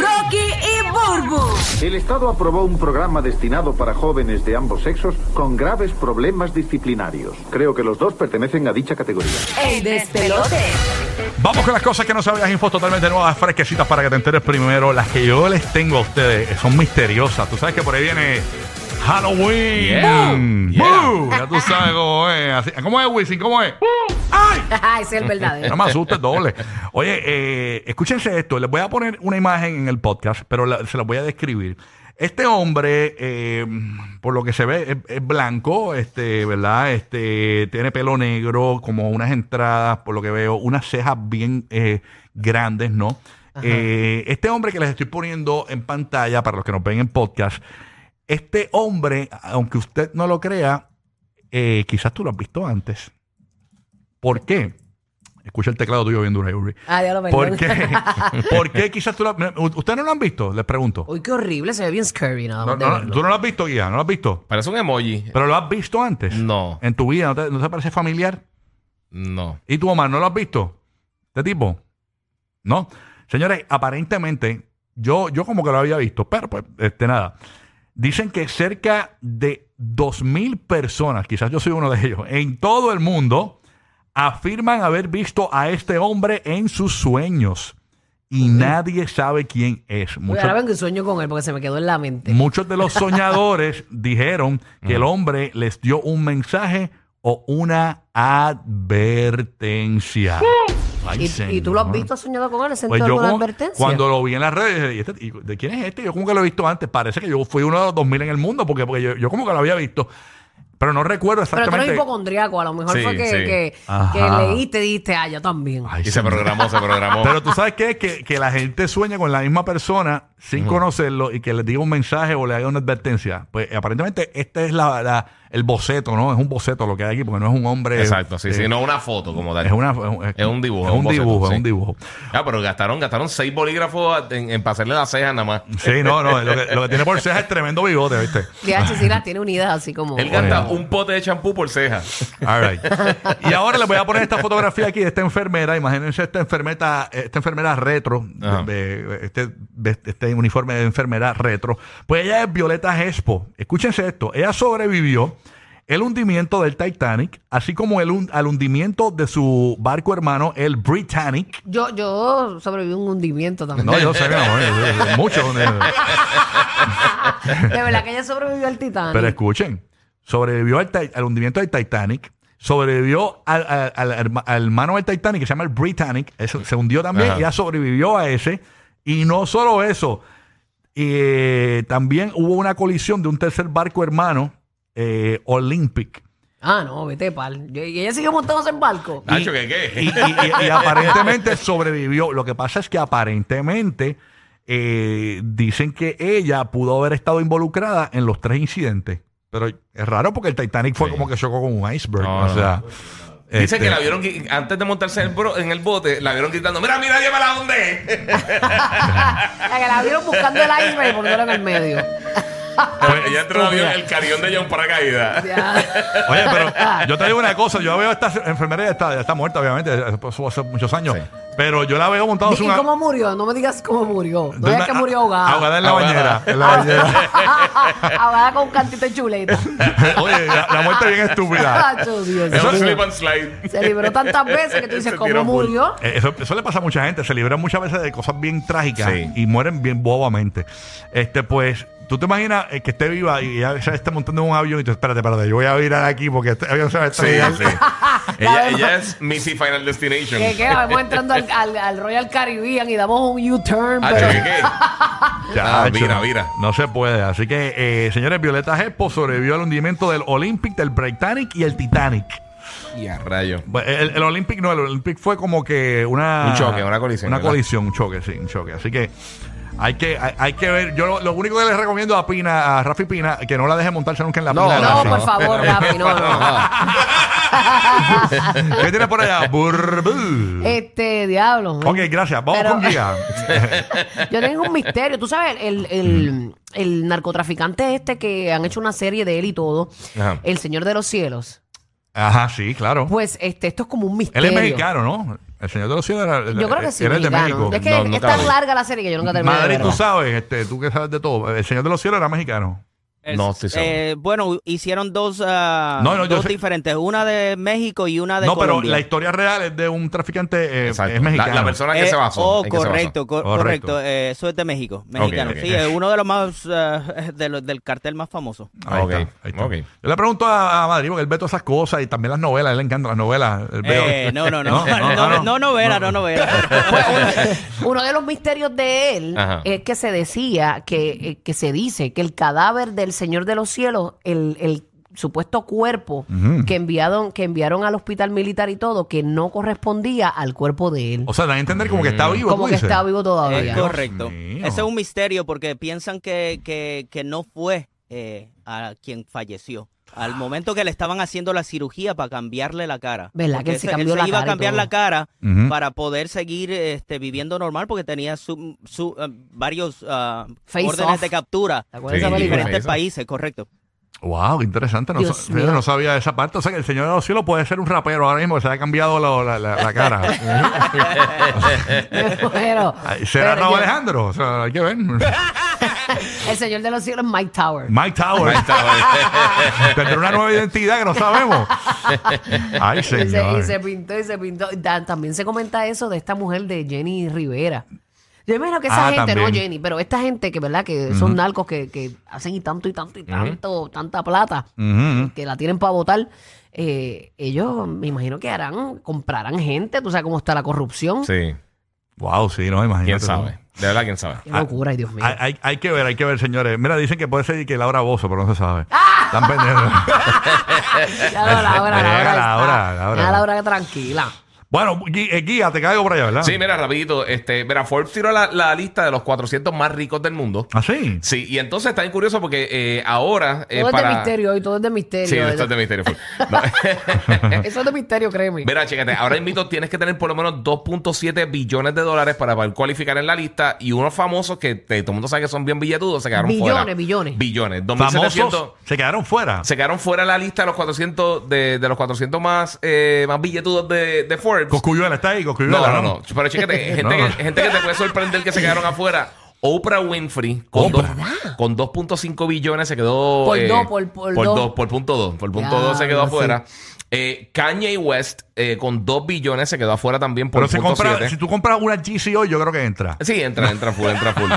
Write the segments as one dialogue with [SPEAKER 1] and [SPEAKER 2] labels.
[SPEAKER 1] Rocky y Burbu,
[SPEAKER 2] El Estado aprobó un programa destinado para jóvenes de ambos sexos con graves problemas disciplinarios. Creo que los dos pertenecen a dicha categoría.
[SPEAKER 1] el despelote.
[SPEAKER 3] Vamos con las cosas que no sabías, infos totalmente nuevas, fresquecitas para que te enteres primero. Las que yo les tengo a ustedes eh, son misteriosas. Tú sabes que por ahí viene Halloween. ¡Boo! Ya tú sabes cómo es. Así- ¿Cómo es, Wisin? ¿Cómo es? ¡Ay!
[SPEAKER 1] Ajá, Ah, ese es el verdadero.
[SPEAKER 3] No me asustes doble. Oye, eh, escúchense esto. Les voy a poner una imagen en el podcast, pero la- se las voy a describir. Este hombre, eh, por lo que se ve, es, es blanco, este, ¿verdad? Este, tiene pelo negro, como unas entradas, por lo que veo, unas cejas bien eh, grandes, ¿no? Eh, este hombre que les estoy poniendo en pantalla, para los que nos ven en podcast, este hombre, aunque usted no lo crea, eh, quizás tú lo has visto antes. ¿Por qué? Escucha el teclado tuyo bien duro, ahí, Uri.
[SPEAKER 1] Ah, ya lo
[SPEAKER 3] ¿Por qué? ¿Por qué quizás tú lo mira, u- ¿Ustedes no lo han visto? Les pregunto.
[SPEAKER 1] Uy, qué horrible, se ve bien scary, nada
[SPEAKER 3] No,
[SPEAKER 1] más de
[SPEAKER 3] no,
[SPEAKER 1] verlo.
[SPEAKER 3] tú no lo has visto, guía, no lo has visto.
[SPEAKER 4] Parece un emoji.
[SPEAKER 3] Pero lo has visto antes.
[SPEAKER 4] No.
[SPEAKER 3] En tu vida, ¿no te, no te parece familiar?
[SPEAKER 4] No.
[SPEAKER 3] ¿Y tú, Omar, no lo has visto? ¿Este tipo? No. Señores, aparentemente, yo, yo como que lo había visto, pero pues, este, nada. Dicen que cerca de 2.000 personas, quizás yo soy uno de ellos, en todo el mundo, afirman haber visto a este hombre en sus sueños. Y nadie sabe quién es.
[SPEAKER 1] Uy,
[SPEAKER 3] Muchos-
[SPEAKER 1] ahora vengo y sueño con él porque se me quedó en la mente.
[SPEAKER 3] Muchos de los soñadores dijeron que el hombre les dio un mensaje o una advertencia. Ay,
[SPEAKER 1] ¿Y, y tú lo has
[SPEAKER 3] señor.
[SPEAKER 1] visto soñado con él? ¿Has
[SPEAKER 3] Pues
[SPEAKER 1] sentido
[SPEAKER 3] yo
[SPEAKER 1] alguna
[SPEAKER 3] como-
[SPEAKER 1] advertencia?
[SPEAKER 3] cuando lo vi en las redes, dije, "¿Y este- y ¿de quién es este? Yo como que lo he visto antes. Parece que yo fui uno de los 2000 en el mundo porque, porque yo, yo como que lo había visto. Pero no recuerdo
[SPEAKER 1] Pero tú eres
[SPEAKER 3] exactamente.
[SPEAKER 1] hipocondriaco, a lo mejor
[SPEAKER 4] Sí,
[SPEAKER 1] fue que,
[SPEAKER 4] sí.
[SPEAKER 1] que,
[SPEAKER 3] Ajá.
[SPEAKER 1] que leíste y dijiste, ah, yo también.
[SPEAKER 3] Ay,
[SPEAKER 4] Y se
[SPEAKER 3] señor.
[SPEAKER 4] programó, se programó.
[SPEAKER 3] Pero tú sabes qué? Que, que la gente sueña con la misma persona sin conocerlo y que le diga un mensaje o le haga una advertencia. Pues aparentemente este es la, la- el boceto, ¿no? Es un boceto lo que hay aquí porque no es un hombre.
[SPEAKER 4] Exacto, sí,
[SPEAKER 3] eh,
[SPEAKER 4] sí. No una foto como tal.
[SPEAKER 3] Es, una, es,
[SPEAKER 4] Es un dibujo,
[SPEAKER 3] Es un,
[SPEAKER 4] un boceto,
[SPEAKER 3] dibujo, es
[SPEAKER 4] sí.
[SPEAKER 3] un dibujo.
[SPEAKER 4] Ah, pero gastaron, gastaron seis bolígrafos en, en pasarle la ceja nada más.
[SPEAKER 3] Sí, no, no. Lo que, lo que tiene por ceja es tremendo bigote, ¿viste?
[SPEAKER 1] DH sí las tiene unidas así como...
[SPEAKER 4] Él gasta un pote de champú por ceja.
[SPEAKER 3] All right. Y ahora les voy a poner esta fotografía aquí de esta enfermera. Imagínense esta enfermeta, esta enfermera retro,
[SPEAKER 4] Ajá.
[SPEAKER 3] de- de- este, de- este uniforme de enfermera retro. Pues ella es Violeta Gespo. Escúchense esto. Ella sobrevivió el hundimiento del Titanic, así como el hun- al hundimiento de su barco hermano, el Britannic.
[SPEAKER 1] Yo, yo sobreviví a un hundimiento también.
[SPEAKER 3] No, yo sé, mi amor, eh, eh, mucho. eh,
[SPEAKER 1] De verdad que ella sobrevivió al Titanic.
[SPEAKER 3] Pero escuchen, sobrevivió al, Ti- al hundimiento del Titanic, sobrevivió al, al- al herma- al hermano del Titanic que se llama el Britannic, eso, se hundió también,
[SPEAKER 4] Ajá.
[SPEAKER 3] ya sobrevivió a ese, y no solo eso, eh, también hubo una colisión de un tercer barco hermano, eh, Olympic.
[SPEAKER 1] Ah, no, vete, pal. Yo- Y ella sigue montándose en barco.
[SPEAKER 4] Nacho, ¿qué
[SPEAKER 3] Y,
[SPEAKER 4] qué?
[SPEAKER 3] y- y- y aparentemente sobrevivió. Lo que pasa es que aparentemente eh, dicen que ella pudo haber estado involucrada en los tres incidentes. Pero es raro porque el Titanic fue
[SPEAKER 4] Sí.
[SPEAKER 3] como que chocó con un iceberg.
[SPEAKER 4] No,
[SPEAKER 3] o
[SPEAKER 4] no,
[SPEAKER 3] sea,
[SPEAKER 4] Dice
[SPEAKER 3] este,
[SPEAKER 4] que la vieron, gui- antes de montarse en el, bro- en el bote, la vieron gritando, mira, mira, lleva la
[SPEAKER 3] Pues,
[SPEAKER 4] onde.
[SPEAKER 1] La que la vieron buscando el iceberg y poniéndolo en el medio.
[SPEAKER 4] Ella entró en el avión, el carión de John Paracaídas.
[SPEAKER 1] Ya.
[SPEAKER 3] Oye, pero yo te digo una cosa. Yo veo a esta enfermera, ya está, ya está muerta, obviamente. Eso hace muchos años.
[SPEAKER 4] Sí.
[SPEAKER 3] Pero yo la veo montada
[SPEAKER 1] ¿Y cómo murió? No me digas cómo murió. No digas que murió ahogada.
[SPEAKER 3] Ahogada en la
[SPEAKER 4] Ahogada.
[SPEAKER 3] bañera. En la bañera.
[SPEAKER 1] ahogada con un cantito de chuleta.
[SPEAKER 3] Oye, la, la muerte bien estúpida.
[SPEAKER 1] Chacho, Dios
[SPEAKER 4] Es un
[SPEAKER 1] mío.
[SPEAKER 4] slip and slide.
[SPEAKER 1] Se libró tantas veces que tú dices,
[SPEAKER 4] Se
[SPEAKER 1] ¿cómo
[SPEAKER 4] tiró full.
[SPEAKER 1] murió?
[SPEAKER 3] Eh, Eso, eso le pasa a mucha gente, se libran muchas veces de cosas bien trágicas
[SPEAKER 4] Sí.
[SPEAKER 3] y mueren bien bobamente. Este, pues, tú te imaginas eh, que esté viva y ya se esté montando en un avión y tú, espérate, espérate, yo voy a virar aquí porque este avión se va a
[SPEAKER 4] Sí,
[SPEAKER 3] estrellar.
[SPEAKER 4] sí. ella, ella es Missy Final Destination.
[SPEAKER 1] Que que la vemos entrando al, al- al Royal Caribbean y damos un U-turn.
[SPEAKER 3] Ah,
[SPEAKER 4] Nacho, ¿qué
[SPEAKER 1] pero-
[SPEAKER 4] qué?
[SPEAKER 3] Chacho,
[SPEAKER 4] Ah, mira, mira.
[SPEAKER 3] No se puede. Así que, eh, señores, Violeta Gespo sobrevivió al hundimiento del Olympic, del Britannic y el Titanic.
[SPEAKER 5] Y a ra-
[SPEAKER 4] Rayo.
[SPEAKER 3] Bueno, El, el Olympic no, el Olympic fue como que una.
[SPEAKER 4] Un choque, una colisión,
[SPEAKER 3] Una
[SPEAKER 4] ¿verdad?
[SPEAKER 3] colisión, un choque, sí, un choque. Así que hay que, hay, hay que ver. Yo lo, lo único que les recomiendo a Pina, a Rafi Pina, que no la deje montarse nunca en la
[SPEAKER 4] No,
[SPEAKER 3] pila.
[SPEAKER 1] No,
[SPEAKER 4] sí.
[SPEAKER 1] por favor, Rafi, no, no.
[SPEAKER 3] ¿Qué tienes por allá? Burr, burr.
[SPEAKER 1] Este, diablo.
[SPEAKER 3] ok, gracias. Vamos
[SPEAKER 1] Pero-
[SPEAKER 3] con día.
[SPEAKER 1] Yo tengo un misterio. Tú sabes, el, el, el narcotraficante este que han hecho una serie de él y todo,
[SPEAKER 4] Ajá.
[SPEAKER 1] El Señor de los Cielos.
[SPEAKER 3] Ajá, sí, claro.
[SPEAKER 1] Pues este, esto es como un
[SPEAKER 3] Él
[SPEAKER 1] misterio.
[SPEAKER 3] es mexicano, ¿no? El señor de los cielos era,
[SPEAKER 1] Yo creo que sí,
[SPEAKER 3] era el de
[SPEAKER 1] mexicano.
[SPEAKER 3] México.
[SPEAKER 1] Es que
[SPEAKER 4] No,
[SPEAKER 1] es
[SPEAKER 4] nunca
[SPEAKER 1] tan
[SPEAKER 4] lo vi.
[SPEAKER 1] larga la serie que yo nunca terminé de
[SPEAKER 3] Madre, tú
[SPEAKER 1] verla.
[SPEAKER 3] sabes, este, tú que sabes de todo. El señor de los cielos era mexicano.
[SPEAKER 6] Es-
[SPEAKER 4] No estoy seguro.
[SPEAKER 6] eh, bueno, hicieron dos, ah,
[SPEAKER 3] No, no, yo
[SPEAKER 6] dos
[SPEAKER 3] sé-
[SPEAKER 6] diferentes, una de México y
[SPEAKER 1] Ah,
[SPEAKER 6] una de
[SPEAKER 3] No, pero
[SPEAKER 6] Colombia.
[SPEAKER 3] la historia real es de un traficante eh,
[SPEAKER 4] Exacto.
[SPEAKER 3] es mexicano.
[SPEAKER 4] La, la persona que
[SPEAKER 6] Eh,
[SPEAKER 4] se basó.
[SPEAKER 6] oh,
[SPEAKER 4] en que se basó.
[SPEAKER 6] correcto, co-
[SPEAKER 3] Correcto.
[SPEAKER 6] correcto. eh, eso es de México, mexicano.
[SPEAKER 4] ok.
[SPEAKER 6] Sí, es uno de los más, ah, de los- del cartel más famoso.
[SPEAKER 3] Ahí
[SPEAKER 4] Ok,
[SPEAKER 3] está, ahí está.
[SPEAKER 4] ok.
[SPEAKER 3] Yo le pregunto a, a Madrid porque él ve todas esas cosas y también las novelas. A él le encantan las novelas. Él ve-
[SPEAKER 6] Eh, no, no, no, no, no, no novela, no novela.
[SPEAKER 1] Uno de los misterios de él
[SPEAKER 4] Ajá.
[SPEAKER 1] es que se decía, que, eh, que se dice que el cadáver del Señor de los Cielos, el, el supuesto cuerpo que, enviaron, que enviaron al hospital militar y todo, que no correspondía al cuerpo de él.
[SPEAKER 3] O sea, dan a entender como que
[SPEAKER 4] Mm.
[SPEAKER 3] está vivo.
[SPEAKER 1] como
[SPEAKER 3] tú
[SPEAKER 1] que
[SPEAKER 3] dices.
[SPEAKER 1] está vivo
[SPEAKER 6] Es
[SPEAKER 1] todavía.
[SPEAKER 6] correcto.
[SPEAKER 3] mío.
[SPEAKER 6] Ese es un misterio porque piensan que, que, que no fue eh, a quien falleció. Al momento que le estaban haciendo la cirugía para cambiarle la cara.
[SPEAKER 1] ¿Verdad
[SPEAKER 6] Porque
[SPEAKER 1] que se
[SPEAKER 6] él
[SPEAKER 1] cambió la
[SPEAKER 6] iba
[SPEAKER 1] cara y
[SPEAKER 6] a cambiar
[SPEAKER 1] todo?
[SPEAKER 6] la cara
[SPEAKER 3] Ujú.
[SPEAKER 6] para poder seguir este, viviendo normal porque tenía su, su, eh, varios ah,
[SPEAKER 1] Face
[SPEAKER 6] órdenes
[SPEAKER 1] off.
[SPEAKER 6] de captura
[SPEAKER 1] ¿Te acuerdas
[SPEAKER 4] Sí,
[SPEAKER 1] de
[SPEAKER 6] en
[SPEAKER 1] esa película?
[SPEAKER 6] diferentes
[SPEAKER 4] Face off.
[SPEAKER 6] países, correcto.
[SPEAKER 3] Wow, qué interesante. No,
[SPEAKER 1] Dios
[SPEAKER 3] sa-
[SPEAKER 1] mío.
[SPEAKER 3] yo no sabía esa parte. O sea, que el señor de los cielos puede ser un rapero ahora mismo que se ha cambiado la, la- la- la cara.
[SPEAKER 1] Pero-
[SPEAKER 3] Ay, ¿Será
[SPEAKER 1] pero
[SPEAKER 3] Raúl
[SPEAKER 1] yo-
[SPEAKER 3] Alejandro? O sea, hay que ver.
[SPEAKER 1] El Señor de los Cielos es Mike Tower.
[SPEAKER 3] Mike Tower.
[SPEAKER 4] Ahí está,
[SPEAKER 3] Tendrá una nueva identidad que no sabemos. Ay,
[SPEAKER 1] Y se,
[SPEAKER 3] señor.
[SPEAKER 1] y se pintó y se pintó. Da- también se comenta eso de esta mujer de Jenny Rivera. Yo imagino que esa
[SPEAKER 3] Ah,
[SPEAKER 1] gente, no
[SPEAKER 3] también.
[SPEAKER 1] Jenny, pero esta gente que, ¿verdad? Que son narcos que, que hacen y tanto y tanto y tanto, tanta plata,
[SPEAKER 3] Ujú.
[SPEAKER 1] que la tienen para votar. eh, ellos, me imagino que harán, comprarán gente, tú sabes cómo está la corrupción.
[SPEAKER 4] Sí.
[SPEAKER 3] Wow, sí, no, imagínate.
[SPEAKER 4] ¿Quién
[SPEAKER 3] tú.
[SPEAKER 4] sabe? De verdad, ¿quién sabe?
[SPEAKER 1] Qué locura, ay, Dios mío.
[SPEAKER 3] Hay, hay- hay que ver, hay que ver, señores. Mira, dicen que puede ser que Laura Bozo, pero no se sabe.
[SPEAKER 1] Ah.
[SPEAKER 3] Están pendejos.
[SPEAKER 1] Ya
[SPEAKER 3] ah,
[SPEAKER 1] no, la hora, la hora
[SPEAKER 3] Deja la
[SPEAKER 1] está.
[SPEAKER 3] hora, la hora.
[SPEAKER 1] Ya la hora que tranquila.
[SPEAKER 3] Bueno, gui- eh, guía, te caigo por allá, ¿verdad?
[SPEAKER 4] Sí, mira, rapidito. Este, mira, Forbes tiró la, la lista de los 400 más ricos del mundo.
[SPEAKER 3] ¿Ah, sí?
[SPEAKER 4] Sí, y entonces está bien curioso porque eh, ahora... eh,
[SPEAKER 1] Todo es de
[SPEAKER 4] para...
[SPEAKER 1] misterio hoy, todo es de misterio.
[SPEAKER 4] Sí, esto es de misterio. Forbes. No.
[SPEAKER 1] Eso es de misterio, créeme.
[SPEAKER 4] Mira, chécate, ahora invito, tienes que tener por lo menos 2.7 billones de dólares para poder cualificar en la lista y unos famosos que te- todo el mundo sabe que son bien billetudos se quedaron
[SPEAKER 1] Billones,
[SPEAKER 4] fuera.
[SPEAKER 1] billones.
[SPEAKER 4] Billones. 2700
[SPEAKER 3] Famosos se quedaron fuera.
[SPEAKER 4] se quedaron fuera de la lista de los 400 de, de los 400 más eh, más billetudos de, de Forbes.
[SPEAKER 3] Coscuyuela está ahí, Coscuyuela.
[SPEAKER 4] no, no, no, pero chécate, gente,
[SPEAKER 3] No, no.
[SPEAKER 4] Que, gente que te puede sorprender que se quedaron afuera. Oprah Winfrey con dos- con 2.5 billones se quedó
[SPEAKER 1] Por dos, por- por dos.
[SPEAKER 4] dos, por punto dos, por punto
[SPEAKER 1] Ya,
[SPEAKER 4] dos se quedó
[SPEAKER 1] sí.
[SPEAKER 4] afuera. Eh, Kanye West eh, con 2 billones se quedó afuera también por
[SPEAKER 3] Pero si,
[SPEAKER 4] punto
[SPEAKER 3] compra-
[SPEAKER 4] siete.
[SPEAKER 3] si tú compras una GC hoy, yo creo que entra.
[SPEAKER 4] Sí, entra, entra full, entra full.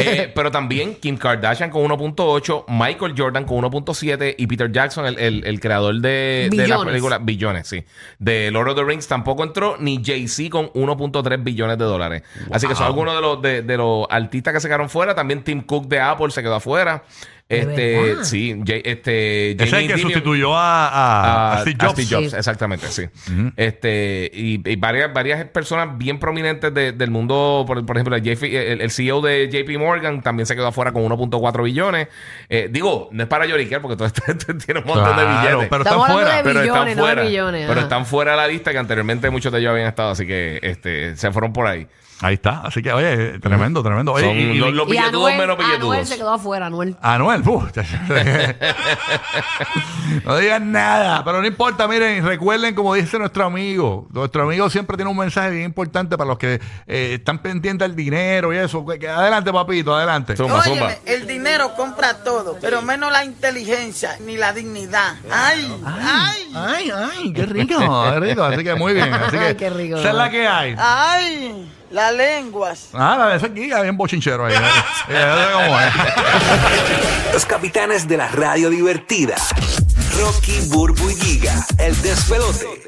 [SPEAKER 4] Eh, pero también Kim Kardashian con 1.8, Michael Jordan con 1.7 y Peter Jackson, el, el- el creador de, de la
[SPEAKER 1] Billones.
[SPEAKER 4] película Billones, sí. De Lord of the Rings tampoco entró, ni Jay-Z con 1.3 billones de dólares. Así que son algunos de los, de, de los artistas que se quedaron fuera. También Tim Cook de Apple se quedó afuera. Este,
[SPEAKER 1] verdad?
[SPEAKER 4] sí, Jay- este,
[SPEAKER 3] Ese es el
[SPEAKER 4] Jamie
[SPEAKER 3] que
[SPEAKER 4] Dimon-
[SPEAKER 3] sustituyó a, a- a
[SPEAKER 4] Ah, a,
[SPEAKER 3] Steve Jobs.
[SPEAKER 1] Sí.
[SPEAKER 4] exactamente, sí. Este, y, y varias, varias personas bien prominentes de- del mundo, por, por ejemplo, el, JF el- el CEO de JP Morgan también se quedó afuera con 1.4 billones. Eh, digo, no es para lloriquear porque todo esto tiene un montón
[SPEAKER 3] Claro,
[SPEAKER 4] de billetes.
[SPEAKER 3] pero
[SPEAKER 1] Estamos
[SPEAKER 3] están
[SPEAKER 1] hablando
[SPEAKER 3] fuera.
[SPEAKER 1] de
[SPEAKER 4] Pero
[SPEAKER 1] billones, no de
[SPEAKER 4] fuera,
[SPEAKER 1] millones.
[SPEAKER 4] pero
[SPEAKER 1] ajá.
[SPEAKER 4] están fuera de la lista que anteriormente muchos de ellos habían estado, así que este, se fueron por ahí.
[SPEAKER 3] Ahí está. Así que, oye, tremendo, tremendo. Oye,
[SPEAKER 4] Son
[SPEAKER 3] y- y-
[SPEAKER 4] los, los
[SPEAKER 1] Y
[SPEAKER 4] billetudos
[SPEAKER 1] Anuel,
[SPEAKER 4] menos
[SPEAKER 1] Anuel
[SPEAKER 4] billetudos.
[SPEAKER 1] se quedó afuera, Anuel.
[SPEAKER 3] Anuel, uh, no digan nada, pero no importa, miren, recuerden como dice nuestro amigo, nuestro amigo siempre tiene un mensaje bien importante para los que eh, están pendientes del dinero y eso. Que- que- adelante, papito, adelante.
[SPEAKER 4] Zumba, zumba.
[SPEAKER 7] Óyeme, el dinero compra todo, pero menos la inteligencia ni la dignidad. Ay, ay,
[SPEAKER 3] Ay, ay, qué rico, qué rico, así que muy bien, así que
[SPEAKER 1] Ay, qué rico.
[SPEAKER 3] esa es la que hay.
[SPEAKER 7] ay, las lenguas.
[SPEAKER 3] Ah, la de ese aquí, bien bochinchero ahí. eh. Eh, ya sé cómo es.
[SPEAKER 8] Los capitanes de la radio divertida. Rocky, Burbu y Giga, el despelote.